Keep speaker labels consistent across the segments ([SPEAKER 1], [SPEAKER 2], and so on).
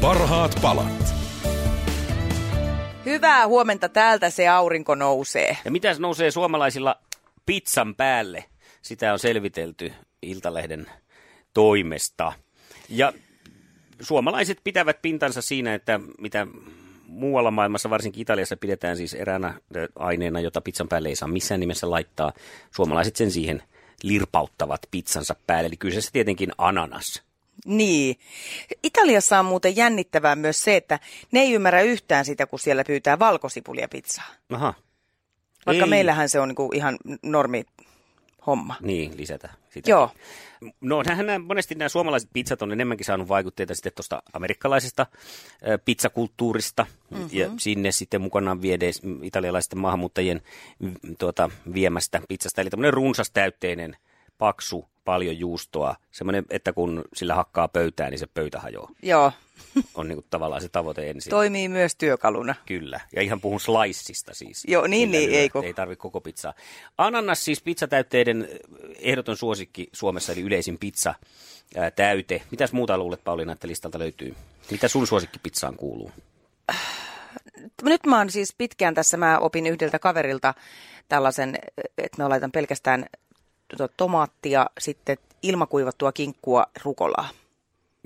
[SPEAKER 1] Parhaat palat.
[SPEAKER 2] Hyvää huomenta, täältä se aurinko nousee.
[SPEAKER 3] Ja mitäs nousee suomalaisilla pizzan päälle? Sitä on selvitelty Iltalehden toimesta. Ja suomalaiset pitävät pintansa siinä, että mitä muualla maailmassa, varsinkin Italiassa, pidetään siis eräänä aineena, jota pizzan päälle ei saa missään nimessä laittaa. Suomalaiset sen siihen lirpauttavat pizzansa päälle. Eli kyseessä tietenkin ananas.
[SPEAKER 2] Niin. Italiassa on muuten jännittävää myös se, että ne ei ymmärrä yhtään sitä, kun siellä pyytää valkosipulia pizzaa.
[SPEAKER 3] Aha.
[SPEAKER 2] Vaikka
[SPEAKER 3] Ei.
[SPEAKER 2] meillähän se on niinku ihan normi homma.
[SPEAKER 3] Niin, lisätä sitä.
[SPEAKER 2] Joo.
[SPEAKER 3] No nämähän nämä, monesti nämä suomalaiset pizzat on enemmänkin saanut vaikutteita sitten tuosta amerikkalaisesta ö, pizzakulttuurista mm-hmm. ja sinne sitten mukanaan viedeis italialaisten maahanmuuttajien mm, tuota, viemästä pizzasta. Eli tämmöinen runsas täytteinen, paksu, paljon juustoa, semmoinen, että kun sillä hakkaa pöytää, niin se pöytä hajoaa.
[SPEAKER 2] Joo.
[SPEAKER 3] On niin kuin tavallaan se tavoite ensin.
[SPEAKER 2] Toimii myös työkaluna.
[SPEAKER 3] Kyllä, ja ihan puhun sliceista siis.
[SPEAKER 2] Joo, niin,
[SPEAKER 3] Sillä
[SPEAKER 2] niin,
[SPEAKER 3] lyö,
[SPEAKER 2] ei
[SPEAKER 3] ettei
[SPEAKER 2] koko-
[SPEAKER 3] tarvi koko pizzaa. Ananas siis pizzatäytteiden eh, ehdoton suosikki Suomessa, eli yleisin pizza ää, täyte. Mitäs muuta luulet, Pauliina, että listalta löytyy? Mitä sun suosikki pizzaan kuuluu?
[SPEAKER 2] Nyt mä oon siis pitkään tässä, mä opin yhdeltä kaverilta tällaisen, että mä laitan pelkästään tota tomaattia, sitten ilmakuivattua kinkkua, rukolaa.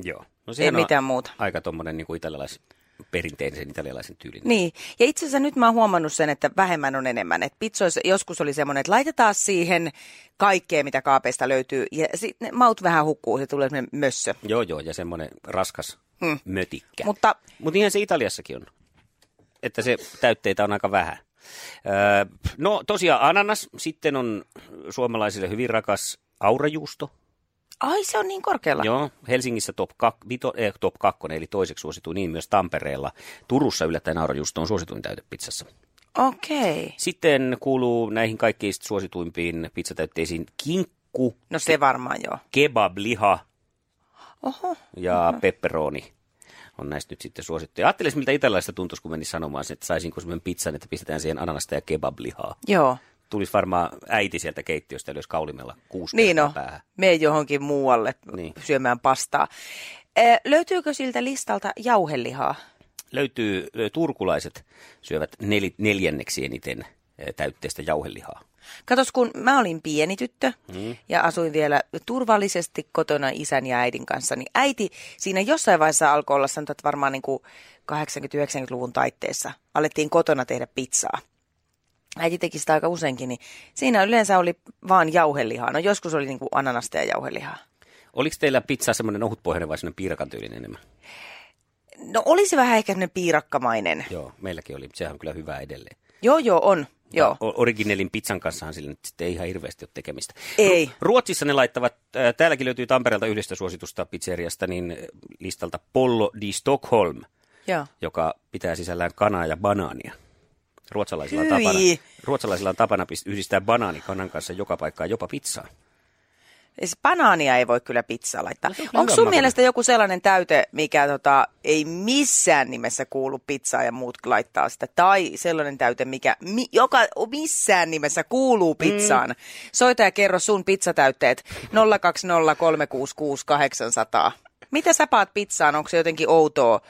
[SPEAKER 3] Joo. No
[SPEAKER 2] Ei
[SPEAKER 3] sehän on
[SPEAKER 2] mitään muuta.
[SPEAKER 3] aika tuommoinen niin italialais, perinteisen italialaisen tyylin.
[SPEAKER 2] Niin, ja itse asiassa nyt mä oon huomannut sen, että vähemmän on enemmän. Et pizzoissa joskus oli semmoinen, että laitetaan siihen kaikkea, mitä kaapeista löytyy, ja sitten maut vähän hukkuu, se tulee semmoinen mössö.
[SPEAKER 3] Joo, joo, ja semmoinen raskas hmm. mötikkä.
[SPEAKER 2] Mutta
[SPEAKER 3] Mutta niinhän se Italiassakin on, että se täytteitä on aika vähän. Öö, no tosiaan ananas, sitten on suomalaisille hyvin rakas aurajuusto.
[SPEAKER 2] ai se on niin korkealla.
[SPEAKER 3] Joo, Helsingissä top, kak, vito, eh, top kakkonen, eli toiseksi suosituin, niin myös Tampereella. Turussa yllättäen aurajuusto on suosituin täytepizzassa.
[SPEAKER 2] Okei, okay.
[SPEAKER 3] Sitten kuuluu näihin kaikkein suosituimpiin pizzatäytteisiin kinkku,
[SPEAKER 2] no se varmaan joo.
[SPEAKER 3] kebab, liha
[SPEAKER 2] Oho,
[SPEAKER 3] ja pepperoni on näistä nyt sitten suosittuja. Ajattelin, miltä italialaista tuntuisi, kun menin sanomaan, sen, että saisinko semmoinen pizzan, että pistetään siihen ananasta ja kebablihaa.
[SPEAKER 2] joo.
[SPEAKER 3] Tulisi varmaan äiti sieltä keittiöstä ylös kaulimella kuusi
[SPEAKER 2] Niin
[SPEAKER 3] kertaa
[SPEAKER 2] on,
[SPEAKER 3] päähän.
[SPEAKER 2] mene johonkin muualle
[SPEAKER 3] Niin.
[SPEAKER 2] niin. syömään pastaa. Ö, löytyykö siltä listalta jauhelihaa?
[SPEAKER 3] Löytyy, ö, turkulaiset syövät nel, neljänneksi eniten ö, täytteistä jauhelihaa.
[SPEAKER 2] Katos, kun mä olin pieni tyttö mm. ja asuin vielä turvallisesti kotona isän ja äidin kanssa, niin äiti siinä jossain vaiheessa alkoi olla, sanotaan, että varmaan niin kuin 80-90-luvun taitteessa alettiin kotona tehdä pizzaa. Äiti teki sitä aika useinkin, niin siinä yleensä oli vaan jauhelihaa. No joskus oli niin kuin ananasta ja jauhelihaa.
[SPEAKER 3] Oliko teillä pizza semmoinen ohutpohjainen vai semmoinen piirakan tyylinen enemmän?
[SPEAKER 2] No olisi vähän ehkä semmoinen piirakkamainen.
[SPEAKER 3] Joo, meilläkin oli. Sehän on kyllä hyvä edelleen.
[SPEAKER 2] Joo, joo, on. Joo.
[SPEAKER 3] O- originellin pizzan kanssahan sillä nyt sitten ei ihan hirveästi ole tekemistä.
[SPEAKER 2] Ei.
[SPEAKER 3] Ru- Ruotsissa ne laittavat, äh, täälläkin löytyy Tampereelta yhdestä suositusta pizzeriasta, niin äh, listalta Pollo di Stockholm,
[SPEAKER 2] joo.
[SPEAKER 3] joka pitää sisällään kanaa ja banaania. Ruotsalaisilla on,
[SPEAKER 2] Hyi.
[SPEAKER 3] tapana, ruotsalaisilla on tapana pis- yhdistää banaani kanan kanssa joka paikkaa, jopa pizzaan.
[SPEAKER 2] Siis banaania ei voi kyllä pizzaa laittaa.
[SPEAKER 3] No se on kyllä
[SPEAKER 2] Onko sun
[SPEAKER 3] hyvän
[SPEAKER 2] mielestä joku sellainen täyte, mikä tota, ei missään nimessä kuulu pizzaa ja muut laittaa sitä? Tai sellainen täyte, mikä mi, joka missään nimessä kuuluu pizzaan? Mm. Soita ja kerro sun pizzatäytteet 020366800. Mitä sä paat pizzaan? Onko se jotenkin outoa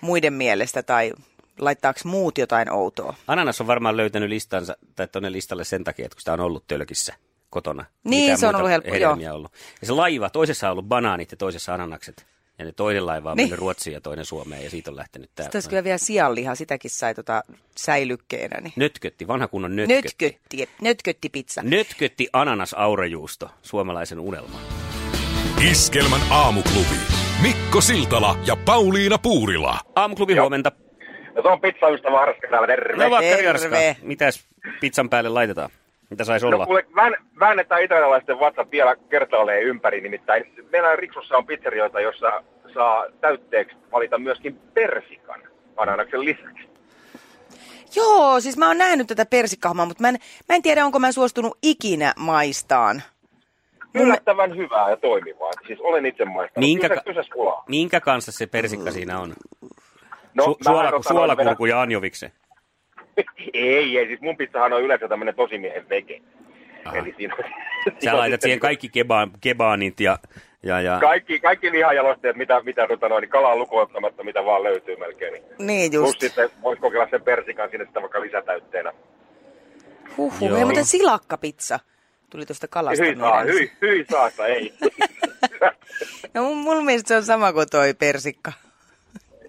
[SPEAKER 2] muiden mielestä tai laittaako muut jotain outoa?
[SPEAKER 3] Ananas on varmaan löytänyt listansa, tai tuonne listalle sen takia, että kun sitä on ollut tölkissä kotona.
[SPEAKER 2] Niin,
[SPEAKER 3] Mitään
[SPEAKER 2] se on
[SPEAKER 3] muita
[SPEAKER 2] ollut helppo,
[SPEAKER 3] hedelmiä ollut. Ja se laiva, toisessa on ollut banaanit ja toisessa ananakset. Ja ne toinen laiva on
[SPEAKER 2] Niin.
[SPEAKER 3] mennyt Ruotsiin ja toinen Suomeen ja siitä on lähtenyt tämä.
[SPEAKER 2] Sitten olisi kyllä vielä sianliha, sitäkin sai tota säilykkeenä. Niin.
[SPEAKER 3] Nötkötti, vanha kunnon nötkötti.
[SPEAKER 2] Nötkötti, nötkötti pizza.
[SPEAKER 3] Nötkötti ananas aurajuusto, suomalaisen unelma.
[SPEAKER 1] Iskelmän aamuklubi. Mikko Siltala ja Pauliina Puurila.
[SPEAKER 3] Aamuklubi huomenta.
[SPEAKER 4] No se on pizzaystävä Harska täällä, terve.
[SPEAKER 3] No
[SPEAKER 4] No,
[SPEAKER 3] vaikka
[SPEAKER 2] Terve.
[SPEAKER 3] Jarska, mitäs pizzan päälle laitetaan? Mitä saisi olla?
[SPEAKER 4] no kuule, vään, väännetään italialaisten vatsat vielä kertaalleen ympäri, nimittäin meillä Riksussa on pizzerioita, jossa saa täytteeksi valita myöskin persikan ananaksen lisäksi.
[SPEAKER 2] Joo, siis mä oon nähnyt tätä persikkahommaa, mutta mä en, mä en tiedä, onko mä suostunut ikinä maistaan.
[SPEAKER 4] Yllättävän hyvää ja toimivaa. Siis olen itse maistanut.
[SPEAKER 3] Minkä
[SPEAKER 4] Kyse,
[SPEAKER 3] ka-
[SPEAKER 4] kyse kulaa. Mm.
[SPEAKER 3] Minkä kanssa se persikka siinä on?
[SPEAKER 4] No,
[SPEAKER 3] Su-
[SPEAKER 4] mä
[SPEAKER 3] suola-
[SPEAKER 4] erotan
[SPEAKER 3] suolakurku ja anjovikse.
[SPEAKER 4] ei, ei, siis mun pizzahan on yleensä tämmöinen tosimiehen veke.
[SPEAKER 3] Aha.
[SPEAKER 4] Eli siinä on, siinä
[SPEAKER 3] Sä
[SPEAKER 4] on
[SPEAKER 3] laitat
[SPEAKER 4] sitten
[SPEAKER 3] siihen kaikki kebaan, kebaanit ja... ja, ja.
[SPEAKER 4] Kaikki, kaikki lihajalosteet, mitä, mitä tota noin, niin kalaa lukuottamatta, mitä vaan löytyy melkein. Niin.
[SPEAKER 2] Niin
[SPEAKER 4] Plus
[SPEAKER 2] just.
[SPEAKER 4] sitten voisi kokeilla sen persikan sinne sitä vaikka lisätäytteenä.
[SPEAKER 2] Huhhuh, hei,
[SPEAKER 3] Joo.
[SPEAKER 2] mutta silakkapizza tuli tuosta kalasta.
[SPEAKER 4] Hyi saa,
[SPEAKER 2] mieleen.
[SPEAKER 4] hyi, hyi saasta, ei.
[SPEAKER 2] No mun, mun mielestä se on sama kuin toi persikka.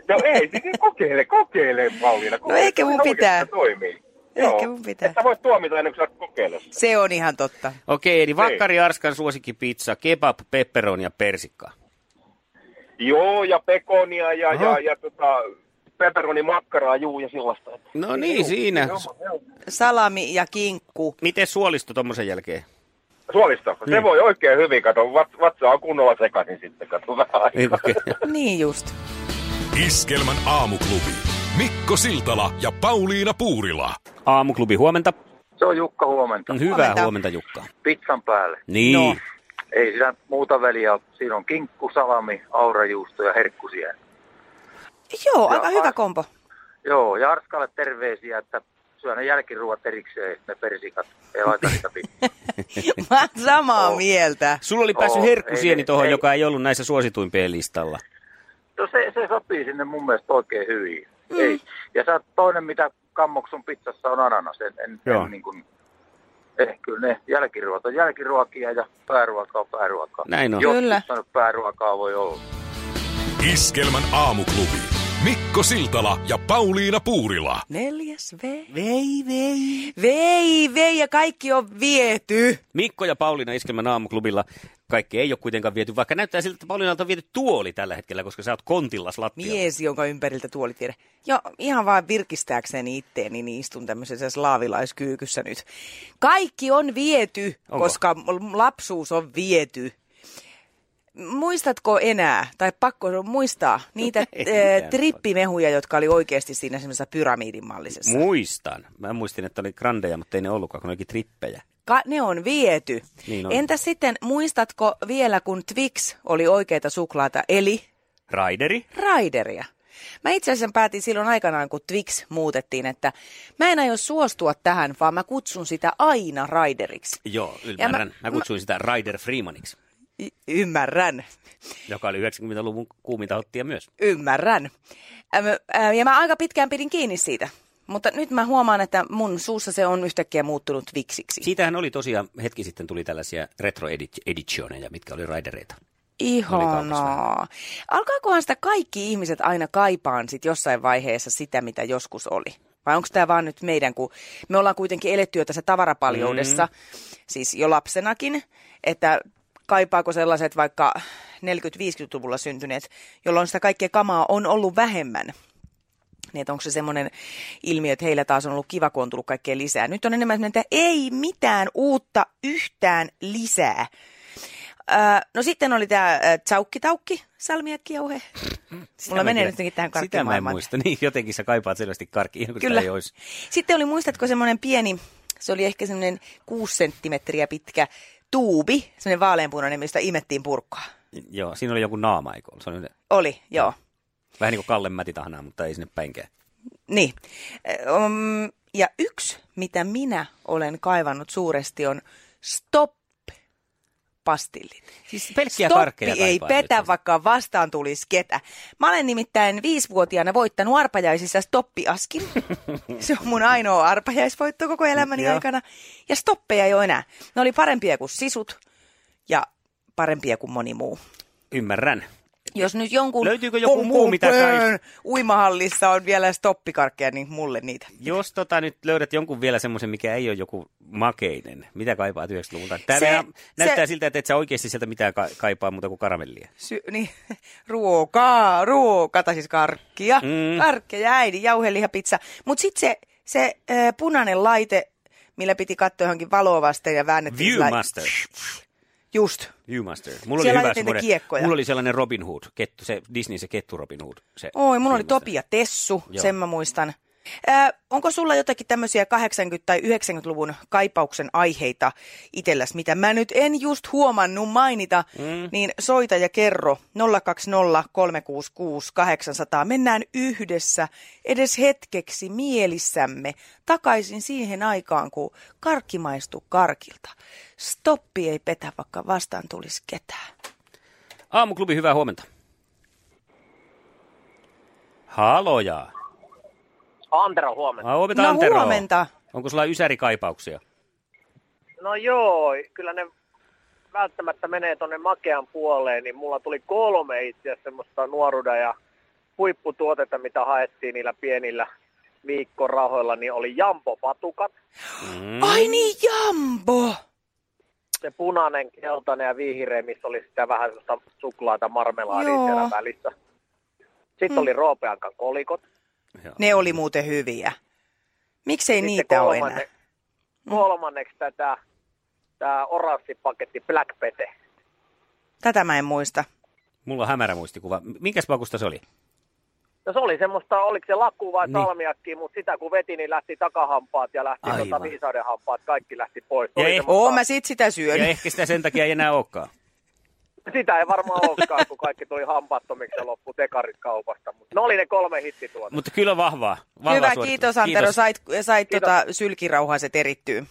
[SPEAKER 4] No ei, siis kokeile, kokeile Pauliina. Kokeile.
[SPEAKER 2] No ehkä mun
[SPEAKER 4] Se oikeasti
[SPEAKER 2] pitää.
[SPEAKER 4] Toimii.
[SPEAKER 2] Ehkä mun pitää.
[SPEAKER 4] Et sä voit tuomita ennen kuin sä oot kokeillut.
[SPEAKER 2] Se on ihan totta.
[SPEAKER 3] Okei, eli Vakkari Arskan suosikkipizza, kebab, pepperoni ja persikka.
[SPEAKER 4] Joo, ja pekonia ja,
[SPEAKER 3] Aha.
[SPEAKER 4] ja, ja tota, pepperoni makkaraa, juu ja sellaista. Et-
[SPEAKER 3] No niin, siinä.
[SPEAKER 4] Joo, joo.
[SPEAKER 2] Salami ja kinkku.
[SPEAKER 3] Miten suolisto tuommoisen jälkeen?
[SPEAKER 4] Suolisto, se
[SPEAKER 2] Niin.
[SPEAKER 4] voi oikein hyvin, kato, vat, vatsa on kunnolla sekaisin sitten, kato vähän aikaa.
[SPEAKER 3] Okei.
[SPEAKER 2] Niin just.
[SPEAKER 1] Iskelmän aamuklubi. Mikko Siltala ja Pauliina Puurila.
[SPEAKER 3] Aamuklubi, huomenta.
[SPEAKER 5] Se on Jukka huomenta.
[SPEAKER 3] Hyvää huomenta,
[SPEAKER 2] Huomenta.
[SPEAKER 3] huomenta Jukka.
[SPEAKER 5] Pizzan päälle.
[SPEAKER 3] Niin. No.
[SPEAKER 2] No.
[SPEAKER 5] Ei siinä muuta väliä. ole. Siinä on kinkku, salami, aurajuusto ja herkkusia.
[SPEAKER 2] Joo, aika
[SPEAKER 5] Joo,
[SPEAKER 2] hyvä
[SPEAKER 5] ai-
[SPEAKER 2] kompo.
[SPEAKER 5] Joo, ja Arskalle terveisiä, että syö ne jälkiruot erikseen, ne persikat. Ei laita niitä pizzaa.
[SPEAKER 2] Mä oon
[SPEAKER 4] Oh.
[SPEAKER 2] samaa mieltä.
[SPEAKER 3] Sulla oli päässyt
[SPEAKER 5] Oo,
[SPEAKER 3] herkkusieni
[SPEAKER 5] ei,
[SPEAKER 3] tuohon,
[SPEAKER 5] ei.
[SPEAKER 3] joka ei ollut näissä suosituimpien listalla.
[SPEAKER 5] No se, se sopii sinne mun mielestä oikein hyvin. Mm. Ei. Ja sä oot toinen, mitä kammoksun pizzassa on ananas. En, en,
[SPEAKER 3] Joo.
[SPEAKER 5] en niin kuin, eh, kyllä ne jälkiruot on jälkiruokia ja pääruokaa on pääruokaa.
[SPEAKER 3] Näin on.
[SPEAKER 5] Jos
[SPEAKER 2] Kyllä.
[SPEAKER 5] sanot pääruokaa voi olla.
[SPEAKER 1] Iskelmän aamuklubi. Mikko Siltala ja Pauliina Puurila.
[SPEAKER 2] Neljäs vei.
[SPEAKER 3] Vei, vei.
[SPEAKER 2] Vei, vei ja kaikki on viety.
[SPEAKER 3] Mikko ja Pauliina Iskelmän aamuklubilla. Kaikki ei ole kuitenkaan viety, vaikka näyttää siltä, että Pauliinalta on viety tuoli tällä hetkellä, koska sä oot kontillas lattialla.
[SPEAKER 2] Mies, jonka ympäriltä tuoli tiedä. Ja ihan vaan virkistääkseni itteeni, niin istun tämmöisessä slaavilaiskyykyssä nyt. Kaikki on viety,
[SPEAKER 3] Onko?
[SPEAKER 2] Onko? koska m- lapsuus on viety. Muistatko enää, tai pakko se on muistaa, niitä
[SPEAKER 3] Ei
[SPEAKER 2] äh,
[SPEAKER 3] mitään.
[SPEAKER 2] trippimehuja, jotka oli oikeasti siinä semmoisessa pyramidin mallisessa?
[SPEAKER 3] Muistan. Mä muistin, että oli grandeja, mutta ei ne ollutkaan, kun ne olikin trippejä.
[SPEAKER 2] Ka- ne on viety.
[SPEAKER 3] Niin on.
[SPEAKER 2] Entä sitten, muistatko vielä, kun Twix oli oikeita suklaata, eli
[SPEAKER 3] Raideri?
[SPEAKER 2] Raideria. Mä itse asiassa päätin silloin aikanaan, kun Twix muutettiin, että mä en aio suostua tähän, vaan mä kutsun sitä aina Raideriksi.
[SPEAKER 3] Joo, ymmärrän. Mä,
[SPEAKER 2] mä-
[SPEAKER 3] mä kutsuin sitä Raider Freemaniksi,
[SPEAKER 2] Y- ymmärrän,
[SPEAKER 3] joka oli 90-luvun kuuminta hottia myös.
[SPEAKER 2] ymmärrän. Äm, ää, Ja mä aika pitkään pidin kiinni siitä. Mutta nyt mä huomaan, että mun suussa se on yhtäkkiä muuttunut Twixiksi.
[SPEAKER 3] Siitähän oli tosiaan, hetki sitten tuli tällaisia retro edit- editioneja, mitkä oli raidereita.
[SPEAKER 2] Ihanaa. Alkaakohan sitä kaikki ihmiset aina kaipaan sit jossain vaiheessa sitä, mitä joskus oli? Vai onko tämä vaan nyt meidän, kun me ollaan kuitenkin eletty jo tässä tavarapaljoudessa, siis jo lapsenakin, että kaipaako sellaiset vaikka 40-50-luvulla syntyneet, jolloin sitä kaikkea kamaa on ollut vähemmän? Niin, että onko se semmoinen ilmiö, että heillä taas on ollut kiva, kun on tullut kaikkea lisää. Nyt on enemmän semmoinen, että ei mitään uutta yhtään lisää. Äh, no sitten oli tämä tsaukki-taukki, salmiakkijauhe. Mulla
[SPEAKER 3] Siis mä
[SPEAKER 2] menee
[SPEAKER 3] kyllä-
[SPEAKER 2] nytkin tähän
[SPEAKER 3] Sitä mä en
[SPEAKER 2] karkkimaailmaan.
[SPEAKER 3] muista. Niin, jotenkin sä kaipaat selvästi karkki, ihan kuin
[SPEAKER 2] Kyllä.
[SPEAKER 3] sitä ei olisi.
[SPEAKER 2] Sitten oli, muistatko, semmoinen pieni, se oli ehkä semmoinen kuusi senttimetriä pitkä tuubi, semmoinen vaaleanpunainen, mistä imettiin purkkaa.
[SPEAKER 3] Joo, siinä oli joku naama, eikö ollut? Se oli
[SPEAKER 2] Oli, joo.
[SPEAKER 3] vähän niin kuin Kallen mätitahnaa, mutta ei sinne päinkään.
[SPEAKER 2] Niin. Ö, Um, ja yksi, mitä minä olen kaivannut suuresti, on stop pastillit.
[SPEAKER 3] Siis pelkkiä
[SPEAKER 2] Stoppi
[SPEAKER 3] karkkeja
[SPEAKER 2] ei
[SPEAKER 3] kaipaat
[SPEAKER 2] petä,
[SPEAKER 3] nyt.
[SPEAKER 2] vaikka vastaan tulisi ketä. Mä olen nimittäin viisivuotiaana voittanut arpajaisissa stoppiaskin. Se on mun ainoa arpajaisvoitto koko elämäni
[SPEAKER 3] Joo.
[SPEAKER 2] aikana. Ja stoppeja ei ole enää. Ne oli parempia kuin sisut ja parempia kuin moni muu.
[SPEAKER 3] Ymmärrän.
[SPEAKER 2] Jos nyt jonkun
[SPEAKER 3] Löytyykö joku muu, mitä
[SPEAKER 2] pön- uimahallissa on vielä stoppikarkkeja, niin mulle niitä.
[SPEAKER 3] Jos tota, nyt löydät jonkun vielä semmoisen, mikä ei ole joku makeinen, mitä kaipaat 90-luvulta? Tämä
[SPEAKER 2] Se-
[SPEAKER 3] se, näyttää
[SPEAKER 2] se-
[SPEAKER 3] siltä, että et sä oikeasti sieltä mitään ka- kaipaa muuta kuin karamellia.
[SPEAKER 2] Sy- niin, ruokaa, ruokaa, tai siis karkkia,
[SPEAKER 3] Mm.
[SPEAKER 2] mm. karkkeja, äidin, jauhelihapizza. Mutta sitten se, se ö, punainen laite, millä piti katsoa johonkin valoa vasten ja väännettiin... sillä-
[SPEAKER 3] Viewmaster.
[SPEAKER 2] Just.
[SPEAKER 3] Viewmaster. Mulla
[SPEAKER 2] Siellä
[SPEAKER 3] oli hyvä
[SPEAKER 2] laitettiin niitä
[SPEAKER 3] semmoinen,
[SPEAKER 2] kiekkoja.
[SPEAKER 3] mulla oli sellainen Robin Hood, kettu, se Disney se kettu Robin Hood. Se
[SPEAKER 2] Oi, mulla oli
[SPEAKER 3] Viewmaster.
[SPEAKER 2] Topi ja Tessu,
[SPEAKER 3] Joo.
[SPEAKER 2] Joo. sen mä muistan. Ää, onko sulla jotakin tämmöisiä 80- tai 90-luvun kaipauksen aiheita itselläs, mitä mä nyt en just huomannut mainita, mm. niin soita ja kerro 020 366 800. Mennään yhdessä edes hetkeksi mielissämme takaisin siihen aikaan, kun karkki maistuu karkilta. Stoppi ei petä, vaikka vastaan tulisi ketään.
[SPEAKER 3] Aamuklubi, hyvää huomenta. Haloja.
[SPEAKER 6] Antero, huomenta.
[SPEAKER 3] Ah, huomenta
[SPEAKER 2] No,
[SPEAKER 3] Antero.
[SPEAKER 2] huomenta.
[SPEAKER 3] Onko sulla ysärikaipauksia?
[SPEAKER 6] No joo, kyllä ne välttämättä menee tonne makean puoleen, niin mulla tuli kolme itse asiassa semmoista nuoruuden ja huipputuotetta, mitä haettiin niillä pienillä viikkorahoilla, niin oli jampopatukat.
[SPEAKER 2] Mm. Ai niin, Jambo!
[SPEAKER 6] Se punainen, keltainen ja vihreä, missä oli sitä vähän semmoista suklaata, marmelaadia
[SPEAKER 2] Joo. Mm.
[SPEAKER 6] siellä välissä. Sitten oli roopeankan kolikot.
[SPEAKER 2] Ne oli muuten hyviä. Miksei
[SPEAKER 6] Sitten
[SPEAKER 2] niitä ole enää?
[SPEAKER 6] kolmanne- Kolmanneksi tätä, tämä oranssi paketti Black Pete.
[SPEAKER 2] Tätä mä en muista.
[SPEAKER 3] Mulla on hämärä muistikuva. Minkäs pakusta se oli?
[SPEAKER 6] No se oli semmoista, oliko se laku vai
[SPEAKER 3] Niin.
[SPEAKER 6] niin. salmiakki, mutta sitä kun veti, niin lähti takahampaat ja lähti
[SPEAKER 3] Aivan.
[SPEAKER 6] tota viisauden hampaat, kaikki lähti pois.
[SPEAKER 3] Ja
[SPEAKER 6] Oli
[SPEAKER 3] ei-
[SPEAKER 6] semmoista-
[SPEAKER 2] Oo, mä sit sitä
[SPEAKER 3] Ja
[SPEAKER 2] syön.
[SPEAKER 3] ehkä sitä sen takia ei enää olekaan.
[SPEAKER 6] Sitä ei varmaan olekaan, kun kaikki tuli hampaattomiksi ja loppu tekarit kaupasta, mutta ne oli ne kolme hittituota.
[SPEAKER 3] Mutta kyllä vahvaa. vahvaa
[SPEAKER 2] Hyvä,
[SPEAKER 3] suoritus.
[SPEAKER 2] kiitos Antero.
[SPEAKER 3] Kiitos.
[SPEAKER 2] Sait, sait
[SPEAKER 6] Kiitos.
[SPEAKER 2] tota sylkirauhaa, se terittyy.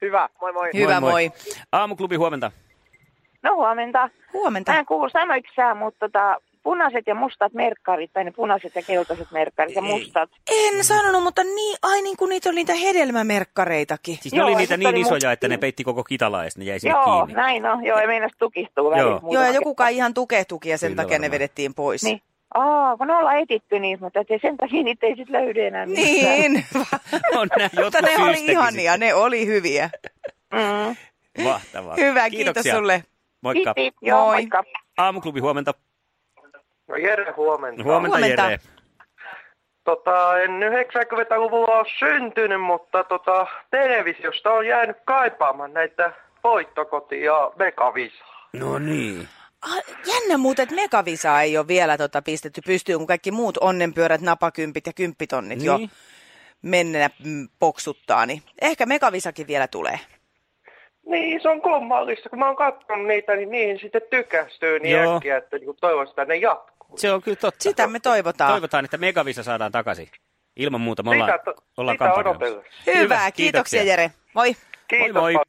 [SPEAKER 6] Hyvä, moi moi.
[SPEAKER 2] Hyvä, moi. moi.
[SPEAKER 3] Aamuklubi, huomenta.
[SPEAKER 7] No huomenta.
[SPEAKER 2] Huomenta.
[SPEAKER 6] Äh.
[SPEAKER 7] Mä en kuulu sanoiksi sä, mutta tota, punaiset ja mustat merkkarit, tai ne punaiset ja keltaiset merkkarit ja
[SPEAKER 3] Ei.
[SPEAKER 7] mustat.
[SPEAKER 2] En sanonut, mutta niin, ai niin kuin niitä oli niitä hedelmämerkkareitakin.
[SPEAKER 3] Siis ne
[SPEAKER 7] Joo,
[SPEAKER 3] oli
[SPEAKER 7] ja
[SPEAKER 3] niitä
[SPEAKER 7] sitten
[SPEAKER 3] niin
[SPEAKER 7] oli
[SPEAKER 3] isoja,
[SPEAKER 7] mut-
[SPEAKER 3] että ne peitti koko kitalaa ja sitten ne jäi sinne
[SPEAKER 7] Joo,
[SPEAKER 3] kiinni.
[SPEAKER 7] näin on. Joo, ja meinas tukistuu
[SPEAKER 3] Joo.
[SPEAKER 7] välissä.
[SPEAKER 2] Joo,
[SPEAKER 7] muutama
[SPEAKER 2] ja joku
[SPEAKER 7] kerta.
[SPEAKER 2] kai ihan tukehtuki ja sen
[SPEAKER 3] Kyllä
[SPEAKER 2] takia ne
[SPEAKER 3] varmaan.
[SPEAKER 2] vedettiin pois.
[SPEAKER 7] Niin. Aa, kun ne ollaan etitty niistä, mutta ettei sen takia niitä ei sit löydy enää mistään.
[SPEAKER 2] Niin.
[SPEAKER 3] No, nää
[SPEAKER 2] mutta
[SPEAKER 3] jotkut
[SPEAKER 2] ne oli
[SPEAKER 3] syystäkin
[SPEAKER 2] ihania, ne oli hyviä.
[SPEAKER 7] Mm.
[SPEAKER 3] Mahtavaa.
[SPEAKER 2] Hyvä, kiitos
[SPEAKER 3] Kiitoksia.
[SPEAKER 2] sulle.
[SPEAKER 3] Moikka.
[SPEAKER 7] Pip, pip, joo,
[SPEAKER 2] Moi.
[SPEAKER 7] moikka.
[SPEAKER 3] Aamuklubi, huomenta.
[SPEAKER 8] No Jere, huomenta.
[SPEAKER 3] Huomenta,
[SPEAKER 2] Huomenta.
[SPEAKER 3] Jere.
[SPEAKER 8] Tota, en 90-luvulla ole syntynyt, mutta tota, televisiosta on jäänyt kaipaamaan näitä voittokoti- ja megavisaa.
[SPEAKER 3] No niin.
[SPEAKER 2] Ah, Jännä muuten, että Megavisa ei ole vielä tota pistetty pystyyn, kun kaikki muut onnenpyörät, napakympit ja kymppitonnit niin. jo
[SPEAKER 3] Niin.
[SPEAKER 2] mennä mm, poksuttaa. Niin ehkä Megavisakin vielä tulee.
[SPEAKER 8] Niin, se on kummallista. Kun mä oon katsonut niitä, niin niihin sitten tykästyy niin
[SPEAKER 3] Joo.
[SPEAKER 8] äkkiä, että niinku toivon sitä ne jatkuu.
[SPEAKER 3] Se on kyllä totta.
[SPEAKER 2] Sitä me toivotaan.
[SPEAKER 3] Toivotaan, että Megavisa saadaan takaisin. Ilman muuta me ollaan,
[SPEAKER 8] Sitä, to-
[SPEAKER 3] ollaan
[SPEAKER 8] sitä
[SPEAKER 3] kampanjoimassa.
[SPEAKER 8] odotellaan.
[SPEAKER 2] Hyvä,
[SPEAKER 3] Hyvä,
[SPEAKER 2] kiitoksia,
[SPEAKER 3] kiitoksia. Niin,
[SPEAKER 2] kiitoksia Jere. Moi.
[SPEAKER 3] Moi
[SPEAKER 8] Kiitos
[SPEAKER 3] moi.
[SPEAKER 8] paljon.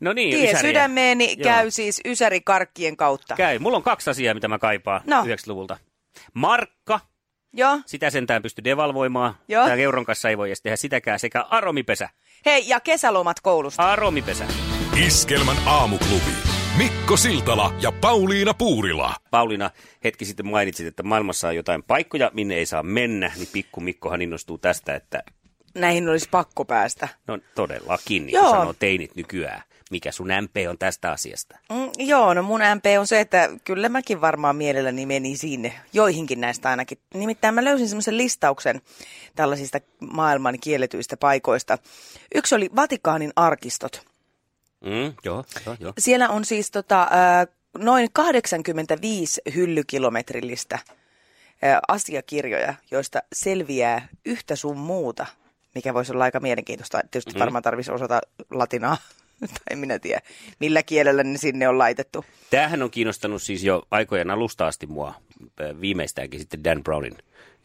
[SPEAKER 3] No niin,
[SPEAKER 2] Tie
[SPEAKER 3] ysäriä.
[SPEAKER 2] sydämeeni
[SPEAKER 3] Joo.
[SPEAKER 2] käy siis ysärikarkkien kautta.
[SPEAKER 3] Käy. Mulla on kaksi asiaa, mitä mä kaipaan
[SPEAKER 2] No.
[SPEAKER 3] 90-luvulta. Markka,
[SPEAKER 2] Joo.
[SPEAKER 3] sitä sentään pysty devalvoimaan.
[SPEAKER 2] Joo.
[SPEAKER 3] Tää euron kanssa ei voi edes tehdä sitäkään. Sekä aromipesä.
[SPEAKER 2] Hei, ja kesälomat koulusta.
[SPEAKER 3] Aromipesä.
[SPEAKER 1] Iskelmän aamuklubi. Mikko Siltala ja Pauliina Puurila.
[SPEAKER 3] Pauliina, hetki sitten mainitsit, että maailmassa on jotain paikkoja, minne ei saa mennä, niin pikku Mikkohan innostuu tästä, että
[SPEAKER 2] Näihin olisi pakko päästä.
[SPEAKER 3] no todellakin, niin kuin
[SPEAKER 2] Joo.
[SPEAKER 3] sanoo teinit nykyään. Mikä sun MP on tästä asiasta?
[SPEAKER 2] Mm, joo, no mun MP on se, että kyllä mäkin varmaan mielelläni menin sinne, joihinkin näistä ainakin. Nimittäin mä löysin semmoisen listauksen tällaisista maailman kielletyistä paikoista. Yksi oli Vatikaanin arkistot.
[SPEAKER 3] Mm, joo, joo, joo.
[SPEAKER 2] Siellä on siis tota, äh, noin 85 hyllykilometrillistä äh, asiakirjoja, joista selviää yhtä sun muuta, mikä voisi olla aika mielenkiintoista. Tietysti varmaan tarvitsisi osata latinaa, tai en minä tiedä, millä kielellä ne sinne on laitettu.
[SPEAKER 3] Tämähän on kiinnostanut siis jo aikojen alusta asti mua, ö, viimeistäänkin sitten Dan Brownin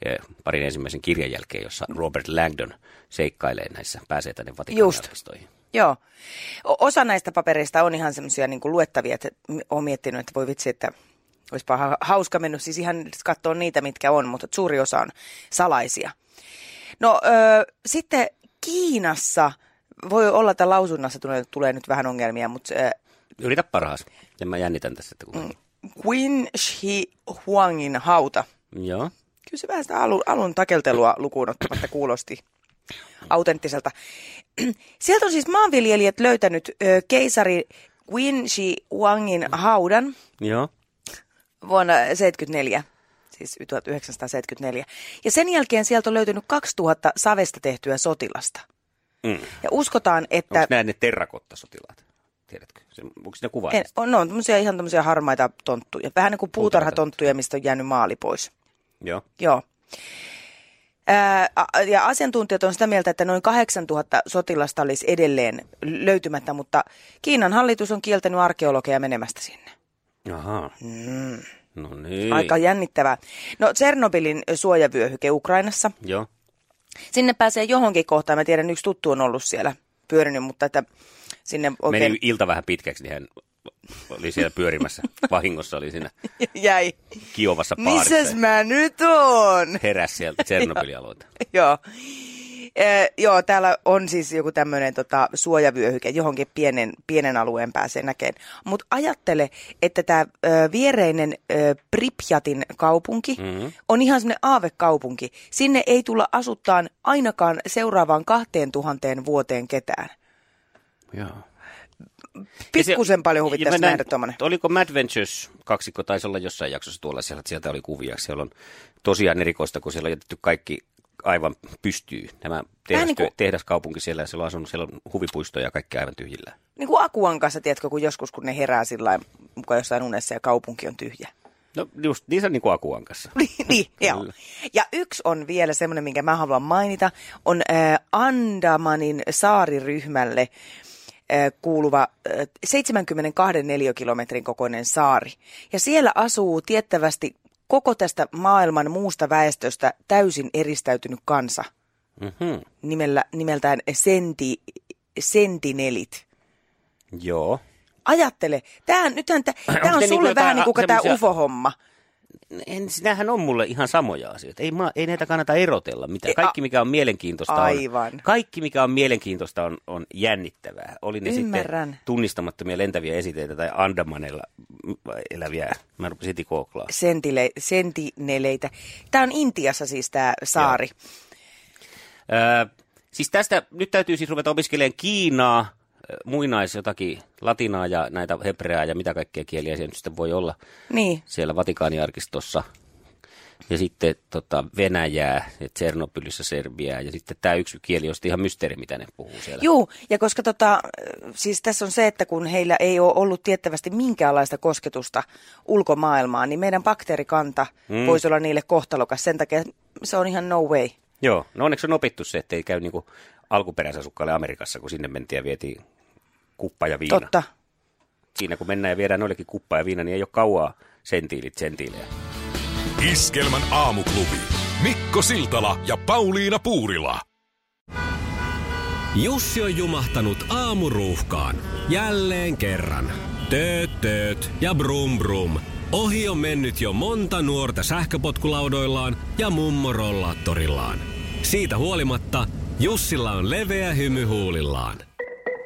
[SPEAKER 3] ö, parin ensimmäisen kirjan jälkeen, jossa Robert Langdon seikkailee näissä, pääsee tänne
[SPEAKER 2] Just.
[SPEAKER 3] Vatikaaniarkistoihin.
[SPEAKER 2] Joo. O- Osa näistä papereista on ihan semmoisia niin luettavia, että olen miettinyt, että voi vitsi, että olisipa ha- hauska mennyt siis ihan katsoa niitä, mitkä on, mutta suuri osa on salaisia. No öö, sitten Kiinassa, voi olla, että lausunnassa tulee, tulee nyt vähän ongelmia, mutta öö,
[SPEAKER 3] Yritä parhaas. Ja mä jännitän tässä, että kun... Mm.
[SPEAKER 2] Qin Shi Huangin hauta.
[SPEAKER 3] Joo.
[SPEAKER 2] Kyllä se vähän sitä alun, alun takeltelua lukuun ottamatta kuulosti autenttiselta. Sieltä on siis maanviljelijät löytänyt ö, keisari Qin Shi Huangin haudan
[SPEAKER 3] Joo.
[SPEAKER 2] vuonna 74, siis 1974. Ja sen jälkeen sieltä on löytynyt 2000 savesta tehtyä sotilasta.
[SPEAKER 3] Mm.
[SPEAKER 2] Ja uskotaan, että...
[SPEAKER 3] Onko nämä ne terrakottasotilaat? Tiedätkö? Se, onko siinä kuvaa?
[SPEAKER 2] En, on, no on tämmöisiä ihan tämmöisiä harmaita tonttuja. Vähän niin kuin puutarhatonttuja, mistä on jäänyt maali pois.
[SPEAKER 3] Joo.
[SPEAKER 2] Joo. Ää, a- ja asiantuntijat on sitä mieltä, että noin 8000 sotilasta olisi edelleen löytymättä, mutta Kiinan hallitus on kieltänyt arkeologeja menemästä sinne.
[SPEAKER 3] Ahaa.
[SPEAKER 2] Mm,
[SPEAKER 3] No niin.
[SPEAKER 2] aika jännittävää. No Tsernobylin suojavyöhyke Ukrainassa.
[SPEAKER 3] Joo.
[SPEAKER 2] Sinne pääsee johonkin kohtaan. Mä tiedän, yksi tuttu on ollut siellä pyörinyt, mutta että sinne
[SPEAKER 3] Okay.
[SPEAKER 2] oikein
[SPEAKER 3] Meni ilta vähän pitkäksi, niin hän oli siellä pyörimässä. Vahingossa oli siinä
[SPEAKER 2] jäi.
[SPEAKER 3] Kiovassa baarissa.
[SPEAKER 2] Missäs mä nyt oon?
[SPEAKER 3] Heräs sieltä Tsernobylin alueelta.
[SPEAKER 2] joo. Eh, joo, täällä on siis joku tämmöinen tota, suojavyöhyke, johonkin pienen, pienen alueen pääsee näkeen. Mutta ajattele, että tämä viereinen ö, Pripyatin kaupunki mm-hmm. on ihan semmoinen aavekaupunki. Sinne ei tulla asuttaan ainakaan seuraavaan 2000 vuoteen ketään.
[SPEAKER 3] Joo.
[SPEAKER 2] Pikkusen paljon huvittaisi nähdä tuommoinen.
[SPEAKER 3] Oliko Mad Ventures kaksikko, taisi olla jossain jaksossa tuolla siellä, että sieltä oli kuvia. Siellä on tosiaan erikoista, kun siellä on jätetty kaikki aivan pystyy. Nämä tehdas,
[SPEAKER 2] niin
[SPEAKER 3] niin
[SPEAKER 2] kuin-
[SPEAKER 3] kuin... tehdaskaupunki siellä, ja siellä on asunut, siellä on huvipuistoja ja kaikki aivan tyhjillä.
[SPEAKER 2] Niin kuin Akuan kanssa, tiedätkö, kun joskus kun ne herää sillä lailla, mukaan jossain unessa ja kaupunki on tyhjä.
[SPEAKER 3] No just niissä niin kuin Akuan kanssa.
[SPEAKER 2] niin, niin joo. Ja yksi on vielä semmoinen, minkä mä haluan mainita, on äh, Andamanin saariryhmälle äh, kuuluva äh, 72 neliökilometrin kokoinen saari. Ja siellä asuu tiettävästi koko tästä maailman muusta väestöstä täysin eristäytynyt kansa
[SPEAKER 3] Mm-hmm.
[SPEAKER 2] nimellä, nimeltään senti, sentinelit.
[SPEAKER 3] Joo.
[SPEAKER 2] Ajattele, tämähän, nythän, tä, tämä
[SPEAKER 3] ne
[SPEAKER 2] on
[SPEAKER 3] niinku
[SPEAKER 2] sulle vähän
[SPEAKER 3] jotain
[SPEAKER 2] niin kuin
[SPEAKER 3] a-
[SPEAKER 2] tämä
[SPEAKER 3] semmosia-
[SPEAKER 2] UFO-homma.
[SPEAKER 3] En, sinähän on mulle ihan samoja asioita. Ei, ma, ei näitä kannata erotella. Mitä. Kaikki, mikä on mielenkiintoista,
[SPEAKER 2] Aivan.
[SPEAKER 3] On, kaikki, mikä on mielenkiintoista, on, on jännittävää. Oli ne
[SPEAKER 2] Ymmärrän.
[SPEAKER 3] sitten tunnistamattomia lentäviä esiteitä tai Andamanella mm, eläviä. Mä rupesin heti kooklaa.
[SPEAKER 2] sentile, sentineleitä. Tämä on Intiassa siis tämä saari.
[SPEAKER 3] Öö, siis tästä nyt täytyy siis ruveta opiskelemaan Kiinaa, ö, muinais jotakin latinaa ja näitä hebreaa ja mitä kaikkea kieliä siellä nyt sitten voi olla
[SPEAKER 2] Niin,
[SPEAKER 3] siellä Vatikaaniarkistossa. Ja sitten tota, Venäjää ja Tsernobylissä Serbiää ja sitten tämä yksi kieli on sitten ihan mysteeri, mitä ne puhuu siellä.
[SPEAKER 2] juu. Ja koska tota, äh, siis tässä on se, että kun heillä ei ole ollut tiettävästi minkäänlaista kosketusta ulkomaailmaan, niin meidän bakteerikanta mm. voisi olla niille kohtalokas. Sen takia se on ihan no way.
[SPEAKER 3] Joo, no onneksi on opittu se, että ei käy niinku alkuperäisasukkaalle Amerikassa, kun sinne mentiin ja vietiin kuppa ja viina.
[SPEAKER 2] Totta.
[SPEAKER 3] Siinä kun mennään ja viedään noillekin kuppa ja viina, niin ei ole kauaa sentiilit sentiilejä.
[SPEAKER 1] Iskelmän aamuklubi. Mikko Siltala ja Pauliina Puurila.
[SPEAKER 9] Jussi on jumahtanut aamuruuhkaan. Jälleen kerran. Tööt, tööt ja brum brum. Ohi on mennyt jo monta nuorta sähköpotkulaudoillaan ja mummorollaattorillaan. Siitä huolimatta Jussilla on leveä hymy huulillaan.